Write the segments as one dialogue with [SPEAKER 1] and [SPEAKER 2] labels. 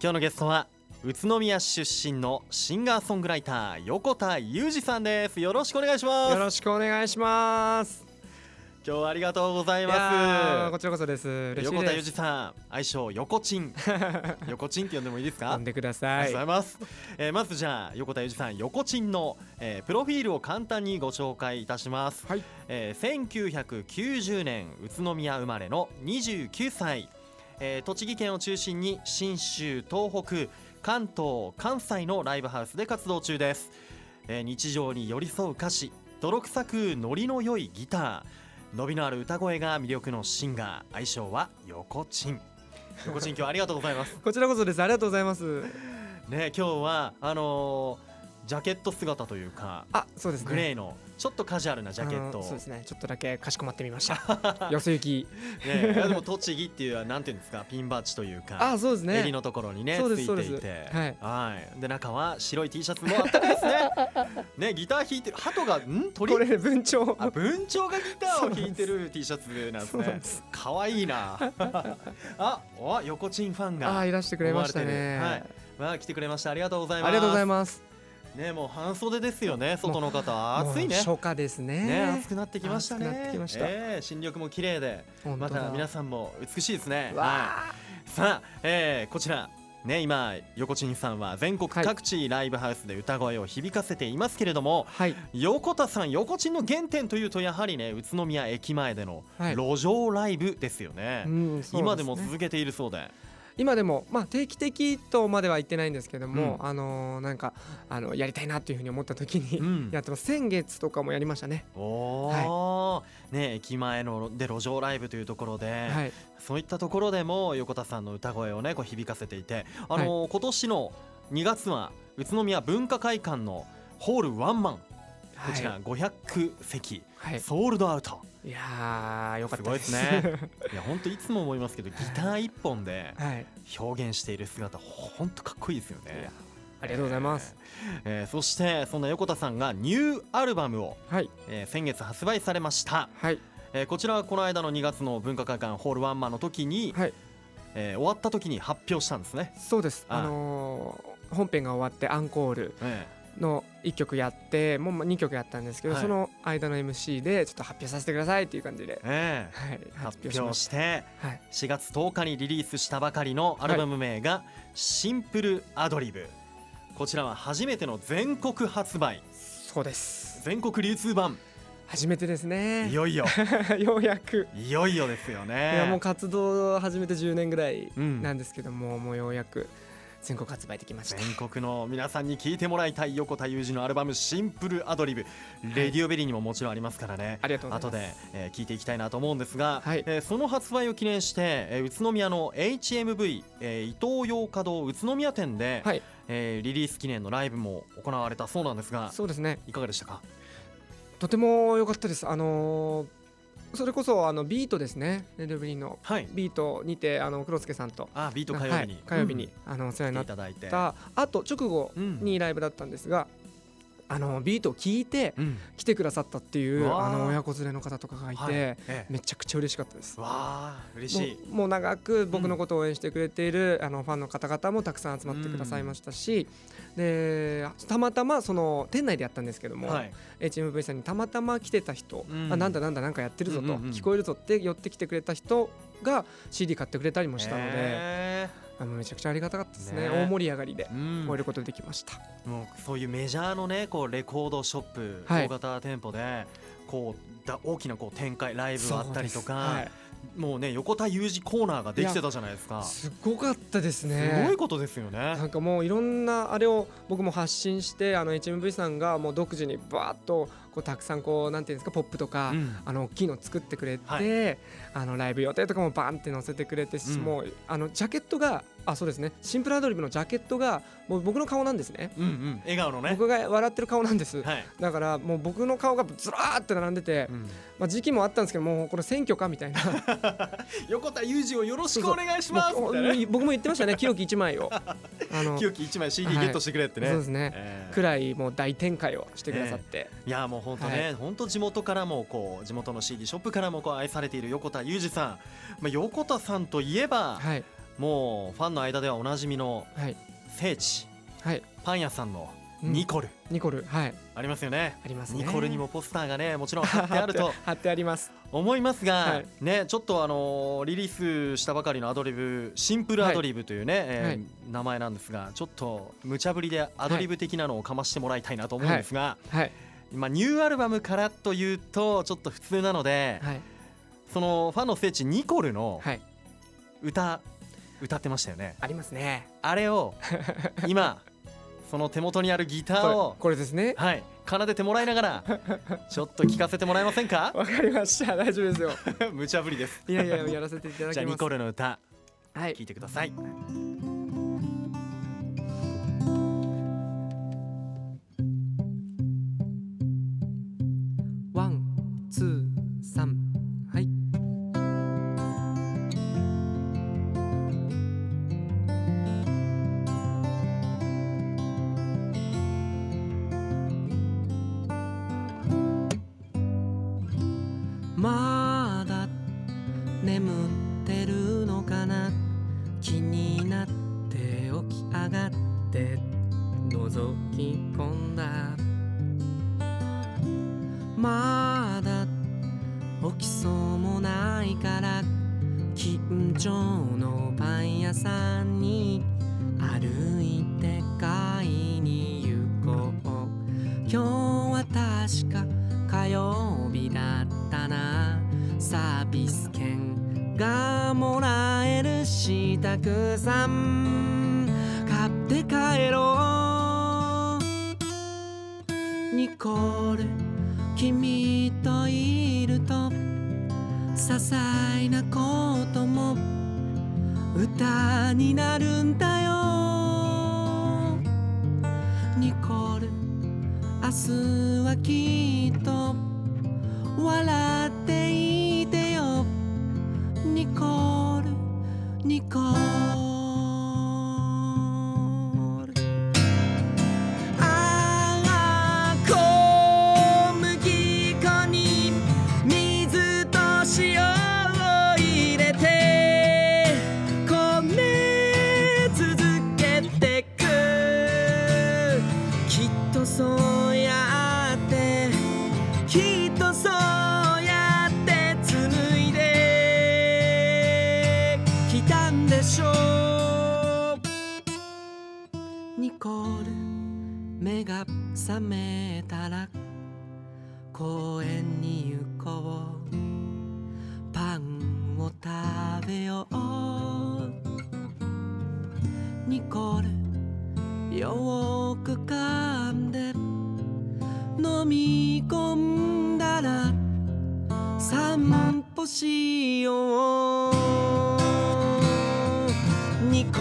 [SPEAKER 1] 今日のゲストは宇都宮市出身のシンガーソングライター横田裕二さんですよろしくお願いします
[SPEAKER 2] よろしくお願いします
[SPEAKER 1] 今日はありがとうござい
[SPEAKER 2] いやー
[SPEAKER 1] ま
[SPEAKER 2] こちらこそです
[SPEAKER 1] す
[SPEAKER 2] 嬉しい
[SPEAKER 1] 横田裕
[SPEAKER 2] で
[SPEAKER 1] 二
[SPEAKER 2] す
[SPEAKER 1] さん愛称横ちん横ちんって呼んでもいいです
[SPEAKER 2] 呼
[SPEAKER 1] か
[SPEAKER 2] んでくだ
[SPEAKER 1] あ
[SPEAKER 2] さ
[SPEAKER 1] り
[SPEAKER 2] い
[SPEAKER 1] がとうございます、えーまずじゃあ横田裕二さん横ちんの、えープロフィールを簡単にご紹介いたします、
[SPEAKER 2] はい
[SPEAKER 1] えー1990年宇都宮生まれの29歳、えー栃木県を中心に信州東北関東関西のライブハウスで活動中です、えー日常に寄り添う歌詞泥臭くノリの良いギター伸びのある歌声が魅力のシンガー愛称は横ちん横ちん今日はありがとうございます
[SPEAKER 2] こちらこそですありがとうございます
[SPEAKER 1] ね今日はあのージャケット姿というか
[SPEAKER 2] あそうですね
[SPEAKER 1] グレーのちょっとカジュアルなジャケ
[SPEAKER 2] あ
[SPEAKER 1] ット
[SPEAKER 2] の
[SPEAKER 1] を
[SPEAKER 2] そうですねちょっとだけかしこまってみました よそ行き
[SPEAKER 1] ねいやでも栃木っていうのはなんていうんですかピンバッジというか
[SPEAKER 2] あそうですね
[SPEAKER 1] 襟のところにねつ
[SPEAKER 2] そうです
[SPEAKER 1] いてい
[SPEAKER 2] そう
[SPEAKER 1] て
[SPEAKER 2] ですはい
[SPEAKER 1] いで中は白い T シャツもあったかいですねねギター弾いてる鳩がん鳥
[SPEAKER 2] これ文鳥
[SPEAKER 1] あ文鳥がギターを弾いてる T シャツなんです
[SPEAKER 2] そうなん
[SPEAKER 1] ね
[SPEAKER 2] です
[SPEAKER 1] 可愛い なあお横チンファン
[SPEAKER 2] あ
[SPEAKER 1] が
[SPEAKER 2] ーいらしてくれましたね、
[SPEAKER 1] 思われてわあ来てくれましたありがとうございます
[SPEAKER 2] ありがとうございます
[SPEAKER 1] ねもう半袖ですよね外の方暑いね
[SPEAKER 2] もう初夏ですね
[SPEAKER 1] ね暑くなってきましたね
[SPEAKER 2] 暑くなってきました
[SPEAKER 1] ええ新緑も綺麗で
[SPEAKER 2] 本
[SPEAKER 1] ま
[SPEAKER 2] 当だ
[SPEAKER 1] た皆さんも美しいですねは
[SPEAKER 2] わ
[SPEAKER 1] いさあ、えーこちらね今横ちんさんは全国
[SPEAKER 2] はい
[SPEAKER 1] 各地ライブハウスで歌声を響かせていますけれども、
[SPEAKER 2] ーはい
[SPEAKER 1] 横田さん横ちんの原点というとやはりね宇都宮駅前での
[SPEAKER 2] はい
[SPEAKER 1] 路上ライブですよね、
[SPEAKER 2] うんそう
[SPEAKER 1] 今でも
[SPEAKER 2] すね
[SPEAKER 1] 続けているそうで
[SPEAKER 2] 今でも、まあ、定期的とまでは言ってないんですけども、あのーなんかあのやりたいなっていうふうに思った時に、
[SPEAKER 1] うん
[SPEAKER 2] やってます先月とかもやりましたね、
[SPEAKER 1] おー、ね駅前ので路上ライブというところで、
[SPEAKER 2] はい、
[SPEAKER 1] そういったところでも横田さんの歌声をねこう響かせていて、あの今年の2月は宇都宮文化会館のホールワンマンこ
[SPEAKER 2] はい、
[SPEAKER 1] ちら500席、
[SPEAKER 2] はい、
[SPEAKER 1] ソールドアウト
[SPEAKER 2] いやーよかったです
[SPEAKER 1] すごいですねいや本当いつも思いますけどギター1本で
[SPEAKER 2] はい、
[SPEAKER 1] 表現している姿本当かっこいいですよ
[SPEAKER 2] い
[SPEAKER 1] ね
[SPEAKER 2] や。ありがとうございます、
[SPEAKER 1] えーそしてそんな横田さんがニューアルバムを、
[SPEAKER 2] はい
[SPEAKER 1] えー先月発売されました、
[SPEAKER 2] はい
[SPEAKER 1] えーこちらはこの間の2月の文化会館ホールワンマンの時に、
[SPEAKER 2] はい
[SPEAKER 1] えー終わった時に発表したんですね。
[SPEAKER 2] そうです
[SPEAKER 1] あ
[SPEAKER 2] あ
[SPEAKER 1] あ
[SPEAKER 2] のー本編が終わってアンコール
[SPEAKER 1] え
[SPEAKER 2] の1曲やってもうまあ2曲やったんですけど、
[SPEAKER 1] はい
[SPEAKER 2] その間の MC でちょっと発表させてくださいっていう感じで
[SPEAKER 1] え、ええ
[SPEAKER 2] はい、
[SPEAKER 1] 発
[SPEAKER 2] 発表し
[SPEAKER 1] 表
[SPEAKER 2] まし
[SPEAKER 1] して
[SPEAKER 2] た、はい、
[SPEAKER 1] 4月10日にリリースしたばかりのアルバム名が「シンプルアドリブ」こちらは初めての全国発売
[SPEAKER 2] そうです
[SPEAKER 1] 全国流通版
[SPEAKER 2] 初めてですね
[SPEAKER 1] いよいよ
[SPEAKER 2] ようやく
[SPEAKER 1] いよいよですよね
[SPEAKER 2] いやもう活動を始めて10年ぐらい
[SPEAKER 1] うん
[SPEAKER 2] なんですけども、もうようやく全国発売できました。
[SPEAKER 1] 全国の皆さんに聞いてもらいたい横田裕二のアルバム「シンプルアドリブ」レディオベリーにももちろんありますからね
[SPEAKER 2] ありがとうござ
[SPEAKER 1] 後
[SPEAKER 2] います。
[SPEAKER 1] で、えー聞いていきたいなと思うんですが、
[SPEAKER 2] はい
[SPEAKER 1] えーその発売を記念して、えー宇都宮の HMV、えー伊東洋華堂宇都宮店で、
[SPEAKER 2] はい、
[SPEAKER 1] えーリリース記念のライブも行われたそうなんですが
[SPEAKER 2] そうですね。
[SPEAKER 1] いかがでしたか
[SPEAKER 2] とても良かったです。あのーそれこそあのビートですね。レルブリンの
[SPEAKER 1] はい
[SPEAKER 2] ビートにてあの黒助さんと
[SPEAKER 1] あビート火曜日に、
[SPEAKER 2] はい、火曜日に、あのお世話
[SPEAKER 1] うん
[SPEAKER 2] に
[SPEAKER 1] 来て
[SPEAKER 2] なっ
[SPEAKER 1] いただいて、
[SPEAKER 2] たあと直後にライブだったんですが、あのビートを聞いて
[SPEAKER 1] うん
[SPEAKER 2] 来てくださったっていうう
[SPEAKER 1] わー
[SPEAKER 2] あの親子連れの方とかがいて、
[SPEAKER 1] はいええ
[SPEAKER 2] めちゃくちゃ嬉しかったです。
[SPEAKER 1] わあ嬉
[SPEAKER 2] も
[SPEAKER 1] しいう
[SPEAKER 2] もう長く僕のことを応援してくれている、あのファンの方々もたくさん集まってくださいましたし、でたまたまその店内でやったんですけども、
[SPEAKER 1] はい
[SPEAKER 2] HMV さんにたまたま来てた人、
[SPEAKER 1] うん
[SPEAKER 2] あなんだなんだなんかやってるぞ
[SPEAKER 1] うん
[SPEAKER 2] と、
[SPEAKER 1] うんうん
[SPEAKER 2] 聞こえるぞって寄ってきてくれた人が CD 買ってくれたりもしたので、
[SPEAKER 1] え
[SPEAKER 2] あのめちゃくちゃありがたかったですね
[SPEAKER 1] ね
[SPEAKER 2] 大盛り上がりで
[SPEAKER 1] えうん
[SPEAKER 2] 終えることできました、
[SPEAKER 1] もうそういうメジャーのねこうレコードショップ、
[SPEAKER 2] は
[SPEAKER 1] 大
[SPEAKER 2] い
[SPEAKER 1] 型店舗でこうだ大きなこう展開ライブがあったりとか、
[SPEAKER 2] そうです
[SPEAKER 1] もうね横田裕二コーナーができてたじゃないです
[SPEAKER 2] は
[SPEAKER 1] か
[SPEAKER 2] い、
[SPEAKER 1] す
[SPEAKER 2] すごかったですね
[SPEAKER 1] ごいことですよね
[SPEAKER 2] なんかもういろんなあれを僕も発信してあの HMV さんがもう独自にバーッとこうたくさんこうなんていうんですかポップとか、
[SPEAKER 1] うん
[SPEAKER 2] あの大きいの作ってくれて、
[SPEAKER 1] は
[SPEAKER 2] あのライブ予定とかもバンって載せてくれてし、
[SPEAKER 1] うん
[SPEAKER 2] もうあのジャケットがあそうですねシンプルアドリブのジャケットがもう僕の顔なんですね
[SPEAKER 1] うんうん笑顔のね
[SPEAKER 2] 僕が笑ってる顔なんです、
[SPEAKER 1] はい、
[SPEAKER 2] だからもう僕の顔がずらーって並んでて、
[SPEAKER 1] うん
[SPEAKER 2] まあ、時期もあったんですけどもうこれ選挙かみた いな
[SPEAKER 1] 横田裕二をよろしくお願いしますみ
[SPEAKER 2] もう
[SPEAKER 1] たいなね
[SPEAKER 2] 僕も言ってましたね清き一枚 をあの
[SPEAKER 1] 清き一枚 CD ゲットしてくれってね、
[SPEAKER 2] そうですね、
[SPEAKER 1] ええ
[SPEAKER 2] くらいもう大展開をしてくださって、
[SPEAKER 1] いやもう本当ね、本当地元からもこう地元の CD ショップからもこう愛されている横田裕二さん、まあ、横田さんといえば、
[SPEAKER 2] はい
[SPEAKER 1] もうファンの間ではおなじみの
[SPEAKER 2] はい
[SPEAKER 1] 聖地
[SPEAKER 2] はい、
[SPEAKER 1] パン屋さんの
[SPEAKER 2] うん
[SPEAKER 1] ニコル、
[SPEAKER 2] ニコルはい
[SPEAKER 1] ありますよね
[SPEAKER 2] ありますね
[SPEAKER 1] ニコルにもポスターがねもちろん貼
[SPEAKER 2] 貼
[SPEAKER 1] ってあると
[SPEAKER 2] 貼ってあります
[SPEAKER 1] 思いますが、
[SPEAKER 2] はい
[SPEAKER 1] ねちょっとあのーリリースしたばかりのアドリブシンプルアドリブというね、えー
[SPEAKER 2] はい
[SPEAKER 1] 名前なんですがちょっと無茶ぶりでアドリブ的なのをかましてもらいたいなと思うんですが、
[SPEAKER 2] はい
[SPEAKER 1] まあ、ニューアルバムからというとちょっと普通なので、
[SPEAKER 2] はい
[SPEAKER 1] そのファンの聖地ニコルの
[SPEAKER 2] はい
[SPEAKER 1] 歌、歌ってましたよね
[SPEAKER 2] ありますね
[SPEAKER 1] あれ を今その手元にあるギター
[SPEAKER 2] こ
[SPEAKER 1] を
[SPEAKER 2] れこれですね
[SPEAKER 1] はい奏でてもらいなが らちょっと聞かせてもらえませんか
[SPEAKER 2] わかりました大丈夫ですよ
[SPEAKER 1] 無茶ぶりです
[SPEAKER 2] いやいややらせていただき
[SPEAKER 1] じゃあ
[SPEAKER 2] ま
[SPEAKER 1] ニ
[SPEAKER 2] す
[SPEAKER 1] コルの歌
[SPEAKER 2] は
[SPEAKER 1] 聞
[SPEAKER 2] い
[SPEAKER 1] いてください
[SPEAKER 2] ワンツーサンはいまだ眠ってるのかな気になって起き上がって覗き込んだまだ起きそうもないから近所のパン屋さんに歩いて買いに行こう今日は確か火曜日だったなサービス券がもらえるしたくさん買って帰ろうニコル君といると些細なことも歌になるんだよニコル明日はきっと笑っていてよニコルニコルああ小麦粉に水と塩を入れてこね続けてくきっとそうやってきっとそうやって紡いできたんでしょうニコル目が覚めたら公園に行こうパンを食べようニコルよーく噛んで飲み込んだら散歩しようニコ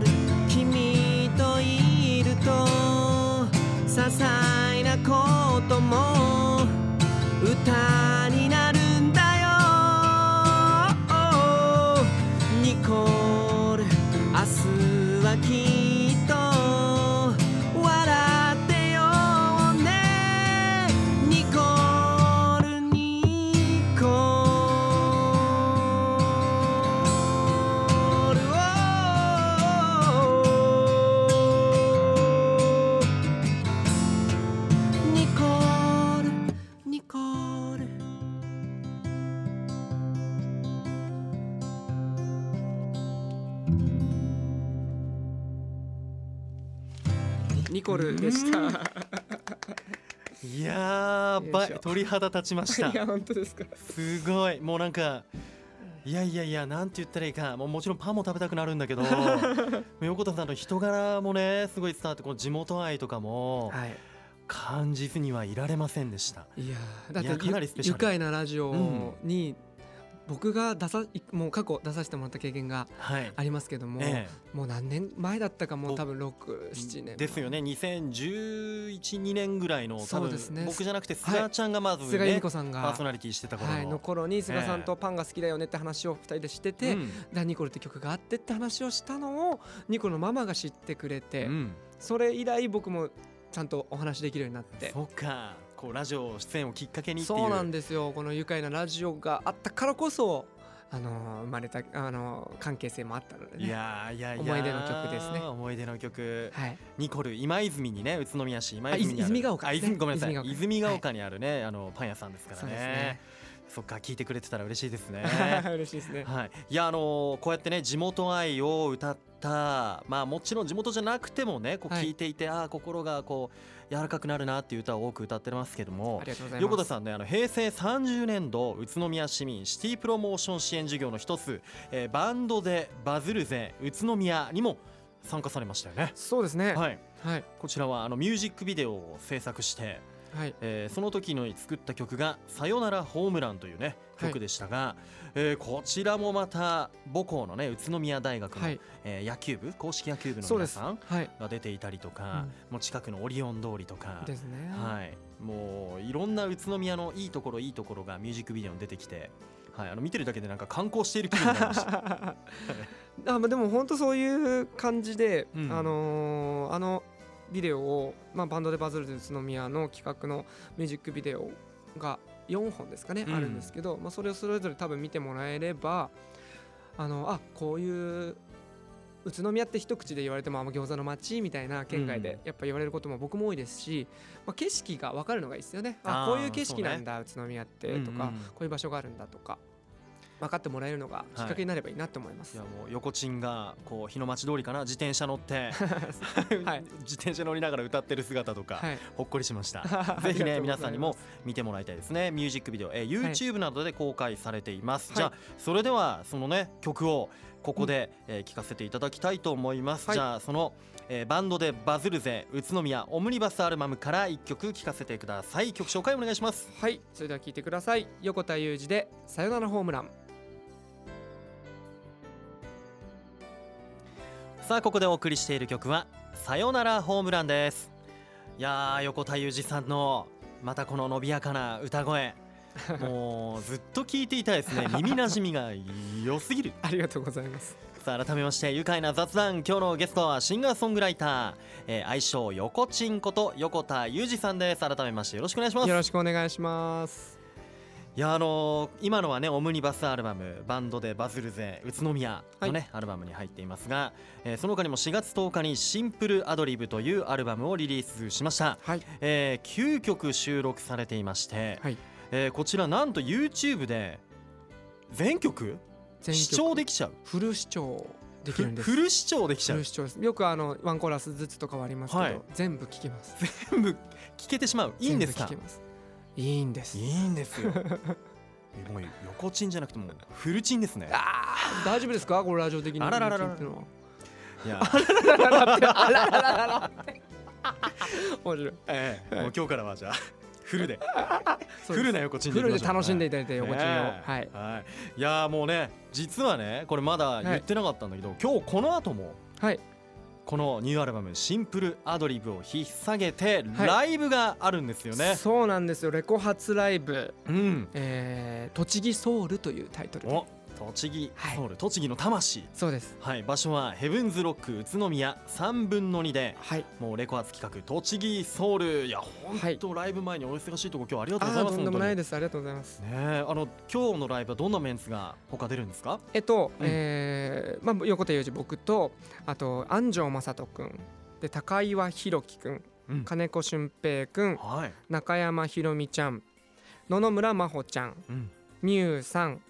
[SPEAKER 2] ル君といると些細なことも歌になるんだよニコル明日はきっと笑ってよねニコルニコルニコールニコールニコルでした。
[SPEAKER 1] いやーばい
[SPEAKER 2] よいしょ
[SPEAKER 1] 鳥肌立ちました
[SPEAKER 2] いや本当ですか。
[SPEAKER 1] すごいもうなんかいやいやいやなんて言ったらいいかもうもちろんパンも食べたくなるんだけ ど横田さんの人柄もねすごい伝わってこの地元愛とかも
[SPEAKER 2] はい。
[SPEAKER 1] 感じずにはいられませんでした
[SPEAKER 2] いやーだ
[SPEAKER 1] いや
[SPEAKER 2] って
[SPEAKER 1] か
[SPEAKER 2] ゆ
[SPEAKER 1] なりスペシャ
[SPEAKER 2] 愉
[SPEAKER 1] ル
[SPEAKER 2] 快なラジオに僕が出さいもう過去出させてもらった経験が
[SPEAKER 1] はい
[SPEAKER 2] ありますけども、
[SPEAKER 1] え
[SPEAKER 2] もう何年前だったかも
[SPEAKER 1] ぼ
[SPEAKER 2] う多分六七
[SPEAKER 1] え
[SPEAKER 2] 年
[SPEAKER 1] ですよね2011年ぐらいの多
[SPEAKER 2] そう
[SPEAKER 1] 分
[SPEAKER 2] ですね
[SPEAKER 1] 僕じゃなくて菅ちゃんがまず
[SPEAKER 2] 菅由
[SPEAKER 1] ね
[SPEAKER 2] 美子
[SPEAKER 1] パ
[SPEAKER 2] さんが
[SPEAKER 1] ーソナリティしてた頃
[SPEAKER 2] はい、の
[SPEAKER 1] の
[SPEAKER 2] 頃に菅さんとパンが好きだよねって話を二人でしてて、
[SPEAKER 1] うん
[SPEAKER 2] ダニコルって曲があってって話をしたのをニコルのママが知ってくれて、
[SPEAKER 1] うん
[SPEAKER 2] それ以来僕もちゃんとお話できるようになって
[SPEAKER 1] そっかこうラジオ出演をきっかけにっていう
[SPEAKER 2] そうなんですよこの愉快なラジオがあったからこそあの生まれたあの関係性もあったのでね
[SPEAKER 1] いやーいやいやー
[SPEAKER 2] 思い出の曲ですね
[SPEAKER 1] 思い出の曲、
[SPEAKER 2] はい
[SPEAKER 1] ニコル今泉にね宇都宮市今泉にある
[SPEAKER 2] あい泉ヶ丘
[SPEAKER 1] あ
[SPEAKER 2] ですね
[SPEAKER 1] 泉ごめんなさい
[SPEAKER 2] 泉ヶ丘
[SPEAKER 1] 泉ヶ丘にあるね、あのパン屋さんですから
[SPEAKER 2] そう
[SPEAKER 1] ね
[SPEAKER 2] ですね
[SPEAKER 1] そっか聞いてくれてたら嬉しい ですね
[SPEAKER 2] 嬉しいですね
[SPEAKER 1] はい、いやあのーこうやってね地元愛を歌ったまあもちろん地元じゃなくてもねこう
[SPEAKER 2] はい
[SPEAKER 1] 聞いていて、ああ心がこう柔らかくなるなっていう歌を多く歌ってますけども
[SPEAKER 2] ありがとうございます
[SPEAKER 1] 横田さんねあの平成30年度宇都宮市民シティプロモーション支援事業の一つ、えーバンドでバズるぜ宇都宮にも参加されましたよね。
[SPEAKER 2] そうですね
[SPEAKER 1] はい、
[SPEAKER 2] はい
[SPEAKER 1] こちらはあのミュージックビデオを制作して、
[SPEAKER 2] はい
[SPEAKER 1] えーその時の作った曲が「さよならホームラン」というね
[SPEAKER 2] はい
[SPEAKER 1] 曲でしたが、えーこちらもまた母校のね宇都宮大学の、
[SPEAKER 2] はい
[SPEAKER 1] えー野球部公式野球部の
[SPEAKER 2] そう
[SPEAKER 1] 皆
[SPEAKER 2] です
[SPEAKER 1] さん
[SPEAKER 2] はい
[SPEAKER 1] が出ていたりとか、もう近くのオリオン通りとか。
[SPEAKER 2] ですね
[SPEAKER 1] はい、もういろんな宇都宮のいいところいいところがミュージックビデオに出てきて、はい、あの見てるだけでなんか観光している気分になりま した
[SPEAKER 2] あまあでも本当そういう感じで、
[SPEAKER 1] うん
[SPEAKER 2] あのーあのビデオを、まあ、バンドでバズる宇都宮の企画のミュージックビデオが4本ですかね、
[SPEAKER 1] うん
[SPEAKER 2] あるんですけど、まあ、それをそれぞれ多分見てもらえればあのあこういう宇都宮って一口で言われてもあんま餃子の街みたいな県外
[SPEAKER 1] うん
[SPEAKER 2] でやっぱ言われることも僕も多いですし、まあ、景色が分かるのがいいですよね
[SPEAKER 1] あ
[SPEAKER 2] あ
[SPEAKER 1] ー
[SPEAKER 2] こういう景色なんだ、宇都宮ってとか、
[SPEAKER 1] うんうん
[SPEAKER 2] こういう場所があるんだとか分かってもらえるのがきっかけになればいいなと思います。
[SPEAKER 1] いやもう横チンがこう日の町通りかな自転車乗って、
[SPEAKER 2] はい
[SPEAKER 1] 自転車乗りながら歌ってる姿とか、
[SPEAKER 2] はい。
[SPEAKER 1] ほっこりしましたぜひね
[SPEAKER 2] あり
[SPEAKER 1] 皆
[SPEAKER 2] がとうござ
[SPEAKER 1] さん
[SPEAKER 2] います
[SPEAKER 1] にも見てもらいたいですね。ミュージックビデオ、えー
[SPEAKER 2] はい
[SPEAKER 1] YouTube などで公開されています。
[SPEAKER 2] はい
[SPEAKER 1] じゃあそれではそのね曲をここで、えー聞かせていただきたいと思います。
[SPEAKER 2] はい
[SPEAKER 1] じゃあその、えーバンドでバズるぜ宇都宮オムニバスアルバムから一曲聞かせてください。曲紹介お願いします。
[SPEAKER 2] はいそれでは聞いてください横田裕二でさよならホームラン
[SPEAKER 1] さあここでお送りしている曲はさよならホームランです。いやー横田裕二さんのまたこの伸びやかな歌 声。もうずっと聞いていたいですね耳なじみが良すぎる
[SPEAKER 2] ありがとうございます
[SPEAKER 1] さあ改めまして愉快な雑談今日のゲストはシンガーソングライター、えー、愛称横ちんこと横田裕二さんです改めましてよろしくお願いします
[SPEAKER 2] よろしくお願いします
[SPEAKER 1] いやあのー今のはねオムニバスアルバムバンドでバズるぜ宇都宮のね、アルバムに入っていますが、えーその他にも4月10日にシンプルアドリブというアルバムをリリースしました、
[SPEAKER 2] はい
[SPEAKER 1] えー9曲収録されていまして、
[SPEAKER 2] はい
[SPEAKER 1] えーこちらなんと YouTube で全曲
[SPEAKER 2] 全
[SPEAKER 1] 視聴できちゃう
[SPEAKER 2] フル視聴できるんです
[SPEAKER 1] フル視聴できち
[SPEAKER 2] フ
[SPEAKER 1] ゃう
[SPEAKER 2] ル視聴ですよくあのワンコーラスずつとかはありますけど、
[SPEAKER 1] はい
[SPEAKER 2] 全部聞きます
[SPEAKER 1] 全部聞けてしまういいんですか
[SPEAKER 2] 全部聞きますいいんです
[SPEAKER 1] いいんですよ えもう横チンじゃなくてもうフルチンですね
[SPEAKER 2] あー大丈夫ですかこれラジオ的に
[SPEAKER 1] あらららら
[SPEAKER 2] っていうのはい
[SPEAKER 1] や、
[SPEAKER 2] あららららら面白い
[SPEAKER 1] ええ、もう今日からはじ ゃあフルで
[SPEAKER 2] そ
[SPEAKER 1] フ
[SPEAKER 2] うです
[SPEAKER 1] ルな横チン
[SPEAKER 2] フルで楽しんでい
[SPEAKER 1] た
[SPEAKER 2] ただいて横丁を、はい
[SPEAKER 1] い、いやーもうね実はねこれまだ言ってなかったんだけど、今日この後も
[SPEAKER 2] はい
[SPEAKER 1] このニューアルバム「シンプルアドリブ」を引っ提げて
[SPEAKER 2] はい
[SPEAKER 1] ライブがあるんですよね、
[SPEAKER 2] そうなんですよレコ発ライブ
[SPEAKER 1] うん
[SPEAKER 2] えー栃木ソウルというタイトルで
[SPEAKER 1] お栃木
[SPEAKER 2] はい
[SPEAKER 1] ソウル、栃木の魂
[SPEAKER 2] そうです
[SPEAKER 1] はい場所はヘブンズロック宇都宮3分の2で
[SPEAKER 2] はい
[SPEAKER 1] もうレコ発企画栃木ソウルいや
[SPEAKER 2] は
[SPEAKER 1] 本
[SPEAKER 2] い
[SPEAKER 1] 当ライブ前にお忙しいとこ今日はありが
[SPEAKER 2] あ
[SPEAKER 1] とうござい
[SPEAKER 2] ー
[SPEAKER 1] ます
[SPEAKER 2] とんでもない
[SPEAKER 1] で
[SPEAKER 2] ですありがとうございます
[SPEAKER 1] ねえあの今日のライブはどんなメンツが他出るんですか
[SPEAKER 2] えっと、
[SPEAKER 1] うん
[SPEAKER 2] えーまあ、横手裕二僕とあと安城雅人くんで高岩宏樹くん
[SPEAKER 1] うん
[SPEAKER 2] 金子俊平くん
[SPEAKER 1] はい、
[SPEAKER 2] 中山ひろみちゃん野々村真帆ちゃん
[SPEAKER 1] うん
[SPEAKER 2] みゆうさん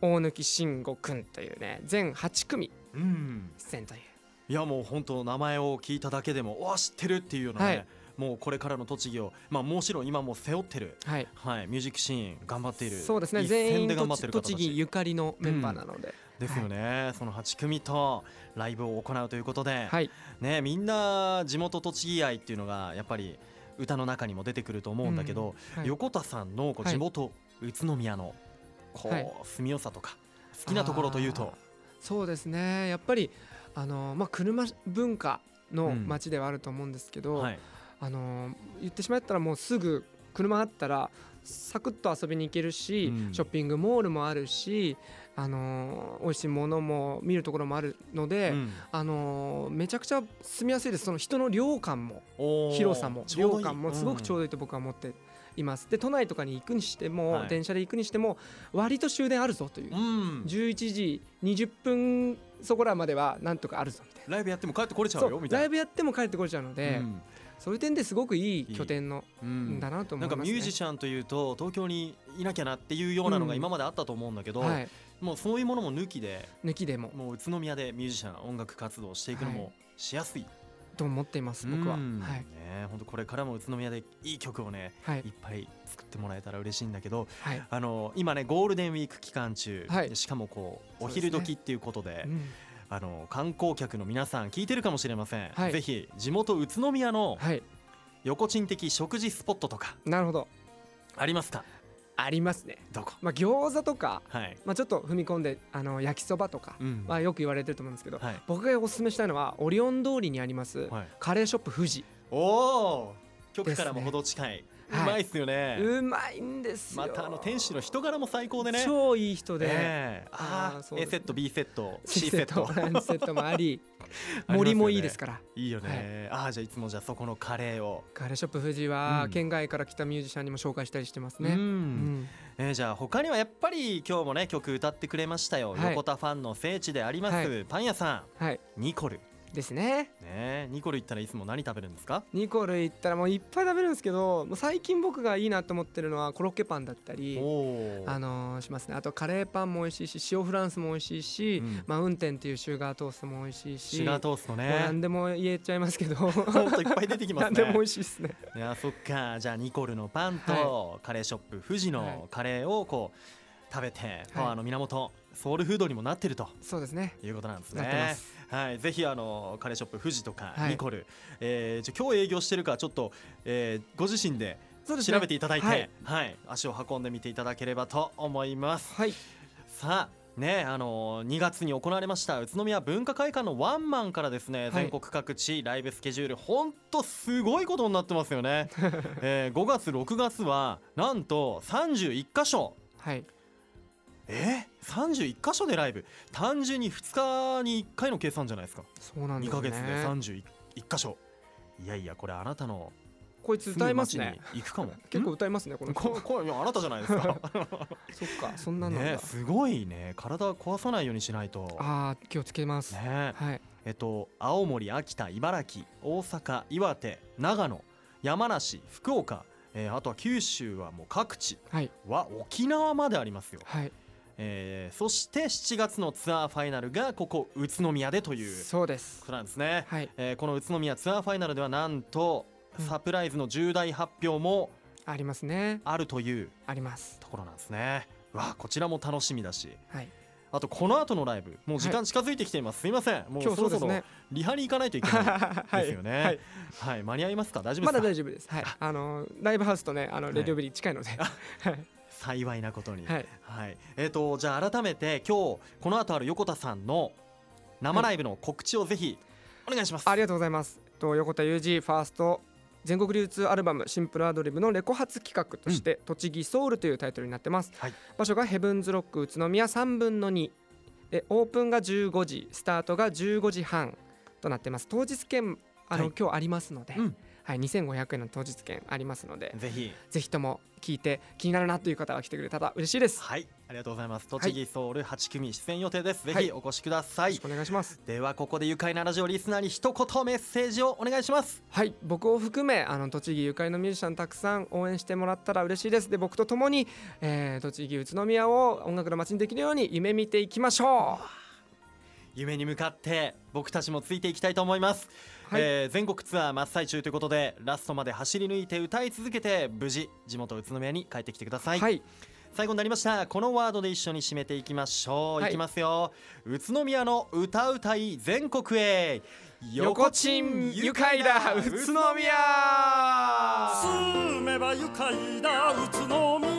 [SPEAKER 2] 大貫慎吾くんというね全8組
[SPEAKER 1] うん、
[SPEAKER 2] 出演という
[SPEAKER 1] いやもう本当名前を聞いただけでもわあ知ってるっていうようなね、
[SPEAKER 2] はい
[SPEAKER 1] もうこれからの栃木をまあもちろん今もう背負ってる
[SPEAKER 2] はい
[SPEAKER 1] はいミュージックシーン頑張っている
[SPEAKER 2] そうですね
[SPEAKER 1] 一
[SPEAKER 2] 全
[SPEAKER 1] 線
[SPEAKER 2] 員
[SPEAKER 1] で頑張
[SPEAKER 2] と
[SPEAKER 1] っ
[SPEAKER 2] ち
[SPEAKER 1] てる方たち
[SPEAKER 2] 栃木ゆかりのメンバーなので、
[SPEAKER 1] ですよね、その8組とライブを行うということで、
[SPEAKER 2] はい
[SPEAKER 1] ねみんな地元栃木愛っていうのがやっぱり歌の中にも出てくると思うんだけど、
[SPEAKER 2] はい
[SPEAKER 1] 横田さんのこう
[SPEAKER 2] はい
[SPEAKER 1] 地元、宇都宮のこう、
[SPEAKER 2] はい
[SPEAKER 1] 住みよさとか好きなところという
[SPEAKER 2] あー
[SPEAKER 1] と
[SPEAKER 2] そうですねやっぱりあの、まあ、車文化の
[SPEAKER 1] うん
[SPEAKER 2] 街ではあると思うんですけど、
[SPEAKER 1] はい、
[SPEAKER 2] あの言ってしまったらもうすぐ車あったらサクッと遊びに行けるし、
[SPEAKER 1] うん
[SPEAKER 2] ショッピングモールもあるしあの美味しいものも見るところもあるので、
[SPEAKER 1] うん
[SPEAKER 2] あのめちゃくちゃ住みやすいですその人の量感も
[SPEAKER 1] おー
[SPEAKER 2] 広さも
[SPEAKER 1] ちょうど
[SPEAKER 2] 量
[SPEAKER 1] いい
[SPEAKER 2] 感もすごくちょうどいいと僕は思っていますで都内とかに行くにしても、
[SPEAKER 1] はい
[SPEAKER 2] 電車で行くにしても割と終電あるぞという、
[SPEAKER 1] うん
[SPEAKER 2] 11時20分そこらまではなんとかあるぞみたいな。
[SPEAKER 1] ライブやっても帰ってこれちゃ
[SPEAKER 2] そうう
[SPEAKER 1] よみたいな
[SPEAKER 2] ライブやっても帰ってこれちゃうので、そういう点ですごくいい拠点の
[SPEAKER 1] うんうん
[SPEAKER 2] だなと思
[SPEAKER 1] ないん
[SPEAKER 2] ま
[SPEAKER 1] か
[SPEAKER 2] す、ね、
[SPEAKER 1] ミュージシャンというと東京にいなきゃなっていうようなのが
[SPEAKER 2] うん
[SPEAKER 1] 今まであったと思うんだけど、
[SPEAKER 2] はい、
[SPEAKER 1] もうそういうものも抜きで
[SPEAKER 2] 抜きでも
[SPEAKER 1] もう宇都宮でミュージシャン音楽活動をしていくの
[SPEAKER 2] は
[SPEAKER 1] もしやすい、
[SPEAKER 2] と思っています僕は、
[SPEAKER 1] うん
[SPEAKER 2] はい
[SPEAKER 1] ねえ本当これからも宇都宮でいい曲をね
[SPEAKER 2] はい
[SPEAKER 1] いっぱい作ってもらえたら嬉しいんだけど
[SPEAKER 2] はい、
[SPEAKER 1] あの今ねゴールデンウィーク期間中、
[SPEAKER 2] はい
[SPEAKER 1] しかもこう
[SPEAKER 2] そ
[SPEAKER 1] お
[SPEAKER 2] うですね
[SPEAKER 1] 昼時っていうことで
[SPEAKER 2] うん
[SPEAKER 1] あの観光客の皆さん聞いてるかもしれません、
[SPEAKER 2] はい
[SPEAKER 1] ぜひ地元宇都宮の
[SPEAKER 2] はい、
[SPEAKER 1] 横鎮的食事スポットとか
[SPEAKER 2] なるほど
[SPEAKER 1] ありますか
[SPEAKER 2] ありますね
[SPEAKER 1] どこ
[SPEAKER 2] まあ餃子とか、
[SPEAKER 1] はい、
[SPEAKER 2] まあ、ちょっと踏み込んであの焼きそばとか
[SPEAKER 1] うん
[SPEAKER 2] はよく言われてると思うんですけど、
[SPEAKER 1] はい
[SPEAKER 2] 僕がおすすめしたいのはオリオン通りにあります、
[SPEAKER 1] はい、
[SPEAKER 2] カレーショップ富士
[SPEAKER 1] おお局からも程近い、
[SPEAKER 2] ですね
[SPEAKER 1] うまいっすよね、
[SPEAKER 2] うまいんですよ
[SPEAKER 1] またあの店主の人柄も最高でね
[SPEAKER 2] 超いい人で、
[SPEAKER 1] ええ
[SPEAKER 2] あ
[SPEAKER 1] あ
[SPEAKER 2] ー
[SPEAKER 1] あ
[SPEAKER 2] そう
[SPEAKER 1] A セット B セット
[SPEAKER 2] C
[SPEAKER 1] C
[SPEAKER 2] セ
[SPEAKER 1] セ
[SPEAKER 2] ッ
[SPEAKER 1] ッ
[SPEAKER 2] ト
[SPEAKER 1] ト
[SPEAKER 2] 何セットもあり
[SPEAKER 1] ありますよね
[SPEAKER 2] 森もいいですから
[SPEAKER 1] いいよね、ああじゃあいつもじゃあそこのカレーを
[SPEAKER 2] カレーショップ富士は
[SPEAKER 1] うん
[SPEAKER 2] 県外から来たミュージシャンにも紹介したりしてます
[SPEAKER 1] う
[SPEAKER 2] ね、うんん
[SPEAKER 1] えーじゃあ他にはやっぱり今日もね曲歌ってくれましたよ、
[SPEAKER 2] はい
[SPEAKER 1] 横田ファンの聖地であります、
[SPEAKER 2] は
[SPEAKER 1] パン屋さ
[SPEAKER 2] はい
[SPEAKER 1] んニコル
[SPEAKER 2] ですね
[SPEAKER 1] ねニコル行ったらいつも何食べるんですか
[SPEAKER 2] ニコル行ったらもういっぱい食べるんですけどもう最近僕がいいなと思ってるのはコロッケパンだったり
[SPEAKER 1] おお
[SPEAKER 2] あのーしますねあとカレーパンも美味しいし塩フランスも美味しいし、
[SPEAKER 1] うん
[SPEAKER 2] まあ、運転っていうシュガートーストも美味しいし
[SPEAKER 1] シュガートースト
[SPEAKER 2] もう
[SPEAKER 1] ね
[SPEAKER 2] 何でも言えちゃいますけど
[SPEAKER 1] ほん といっぱい出てきます
[SPEAKER 2] 何でも
[SPEAKER 1] ね
[SPEAKER 2] 美味しいですね
[SPEAKER 1] いやそっかじゃあニコルのパンとカレーショップ富士
[SPEAKER 2] はい
[SPEAKER 1] のカレーをこう食べてパワーの源ソウルフードにもなってると
[SPEAKER 2] そうですね
[SPEAKER 1] いうことなんです
[SPEAKER 2] なってま
[SPEAKER 1] ね
[SPEAKER 2] す
[SPEAKER 1] はいぜひあのカレーショップ富士とか
[SPEAKER 2] はい
[SPEAKER 1] ニコル、えーじゃあ今日営業してるかちょっと、えーご自身で
[SPEAKER 2] そうですね
[SPEAKER 1] 調べていただいて、
[SPEAKER 2] は
[SPEAKER 1] はいい、足を運んでみていただければと思います。
[SPEAKER 2] はい
[SPEAKER 1] さあ、ね、あのー2月に行われました宇都宮文化会館のワンマンからですね、
[SPEAKER 2] い
[SPEAKER 1] 全国各地ライブスケジュール本当すごいことになってますよね、 えー5月6月はなんと31箇所
[SPEAKER 2] はい
[SPEAKER 1] えー、31箇所でライブ単純に2日に1回の計算じゃないですか
[SPEAKER 2] そうなんで
[SPEAKER 1] 2
[SPEAKER 2] す
[SPEAKER 1] ヶ
[SPEAKER 2] ね
[SPEAKER 1] 月で31箇所いやいやこれあなたの
[SPEAKER 2] こいつ歌います
[SPEAKER 1] 住
[SPEAKER 2] ね
[SPEAKER 1] む街に行くかも
[SPEAKER 2] 結構歌いますねこの
[SPEAKER 1] んこ
[SPEAKER 2] 子
[SPEAKER 1] こいやあなたじゃない ですか
[SPEAKER 2] そっかそん なの
[SPEAKER 1] ね
[SPEAKER 2] が、
[SPEAKER 1] すごいね体壊さないようにしないと
[SPEAKER 2] ああ気をつけます、
[SPEAKER 1] ね
[SPEAKER 2] はい
[SPEAKER 1] えっと青森秋田茨城大阪岩手長野山梨福岡、えーあとは九州はもう各地
[SPEAKER 2] はい
[SPEAKER 1] は沖縄までありますよ、
[SPEAKER 2] はい
[SPEAKER 1] えーそして7月のツアーファイナルがここ宇都宮でという
[SPEAKER 2] そうです
[SPEAKER 1] ことなんですね、
[SPEAKER 2] はい
[SPEAKER 1] えーこの宇都宮ツアーファイナルではなんと
[SPEAKER 2] うん
[SPEAKER 1] サプライズの重大発表も
[SPEAKER 2] ありますね
[SPEAKER 1] あるという
[SPEAKER 2] あります
[SPEAKER 1] ところなんですねわあこちらも楽しみだし
[SPEAKER 2] はい
[SPEAKER 1] あとこの後のライブもう時間近づいてきています、すいませんもうそ
[SPEAKER 2] 今日そう
[SPEAKER 1] ろ
[SPEAKER 2] で
[SPEAKER 1] そ
[SPEAKER 2] す
[SPEAKER 1] ろ
[SPEAKER 2] ね
[SPEAKER 1] リハに行かないといけ ない
[SPEAKER 2] はい
[SPEAKER 1] ですよね。は
[SPEAKER 2] はいい、
[SPEAKER 1] 間に合いますか、大丈夫
[SPEAKER 2] ま
[SPEAKER 1] です
[SPEAKER 2] だ
[SPEAKER 1] か。
[SPEAKER 2] 大丈夫です。はい、あのライブハウスとね、あの
[SPEAKER 1] い
[SPEAKER 2] レディオビリー近いので。
[SPEAKER 1] 幸いなことに。は、
[SPEAKER 2] はいい、
[SPEAKER 1] えっ、と、じゃあ、改めて、今日、この後ある横田さんの。生ライブの告知をぜひ、お願いします。
[SPEAKER 2] ありがとうございます。と横田裕二ファースト全国流通アルバムシンプルアドリブのレコ発企画として、栃木ソウルというタイトルになってます。
[SPEAKER 1] はい
[SPEAKER 2] 場所がヘブンズロック宇都宮3分の2でオープンが15時スタートが15時半となってます当日券あの、
[SPEAKER 1] はい
[SPEAKER 2] 今日ありますので、
[SPEAKER 1] うん
[SPEAKER 2] はい、2500円の当日券ありますので
[SPEAKER 1] ぜひ、
[SPEAKER 2] ぜひとも聞いて気になるなという方は来てくれたら嬉しいです、
[SPEAKER 1] はい、ありがとうございます。栃木ソウル8組出演予定です。ぜ
[SPEAKER 2] はい
[SPEAKER 1] ひお越しください。
[SPEAKER 2] よろしくお願いします
[SPEAKER 1] では、ここで愉快なラジオリスナーに一言メッセージをお願いします。
[SPEAKER 2] はい僕を含めあの栃木ゆかりのミュージシャンたくさん応援してもらったら嬉しいですで僕と共に、えー、栃木宇都宮を音楽の街にできるように夢見ていきましょ
[SPEAKER 1] 夢に向かって、僕たちもついていきたいと思います。
[SPEAKER 2] う、はい
[SPEAKER 1] えー全国ツアー真っ最中ということでラストまで走り抜いて歌い続けて無事地元宇都宮に帰ってきてください、
[SPEAKER 2] はい
[SPEAKER 1] 最後になりましたこのワードで一緒に締めていきましょう、
[SPEAKER 2] はい
[SPEAKER 1] い、きますよ宇都宮の歌うたい全国へ
[SPEAKER 2] 横チン愉快だ宇都宮
[SPEAKER 3] 住めば愉快だ宇都宮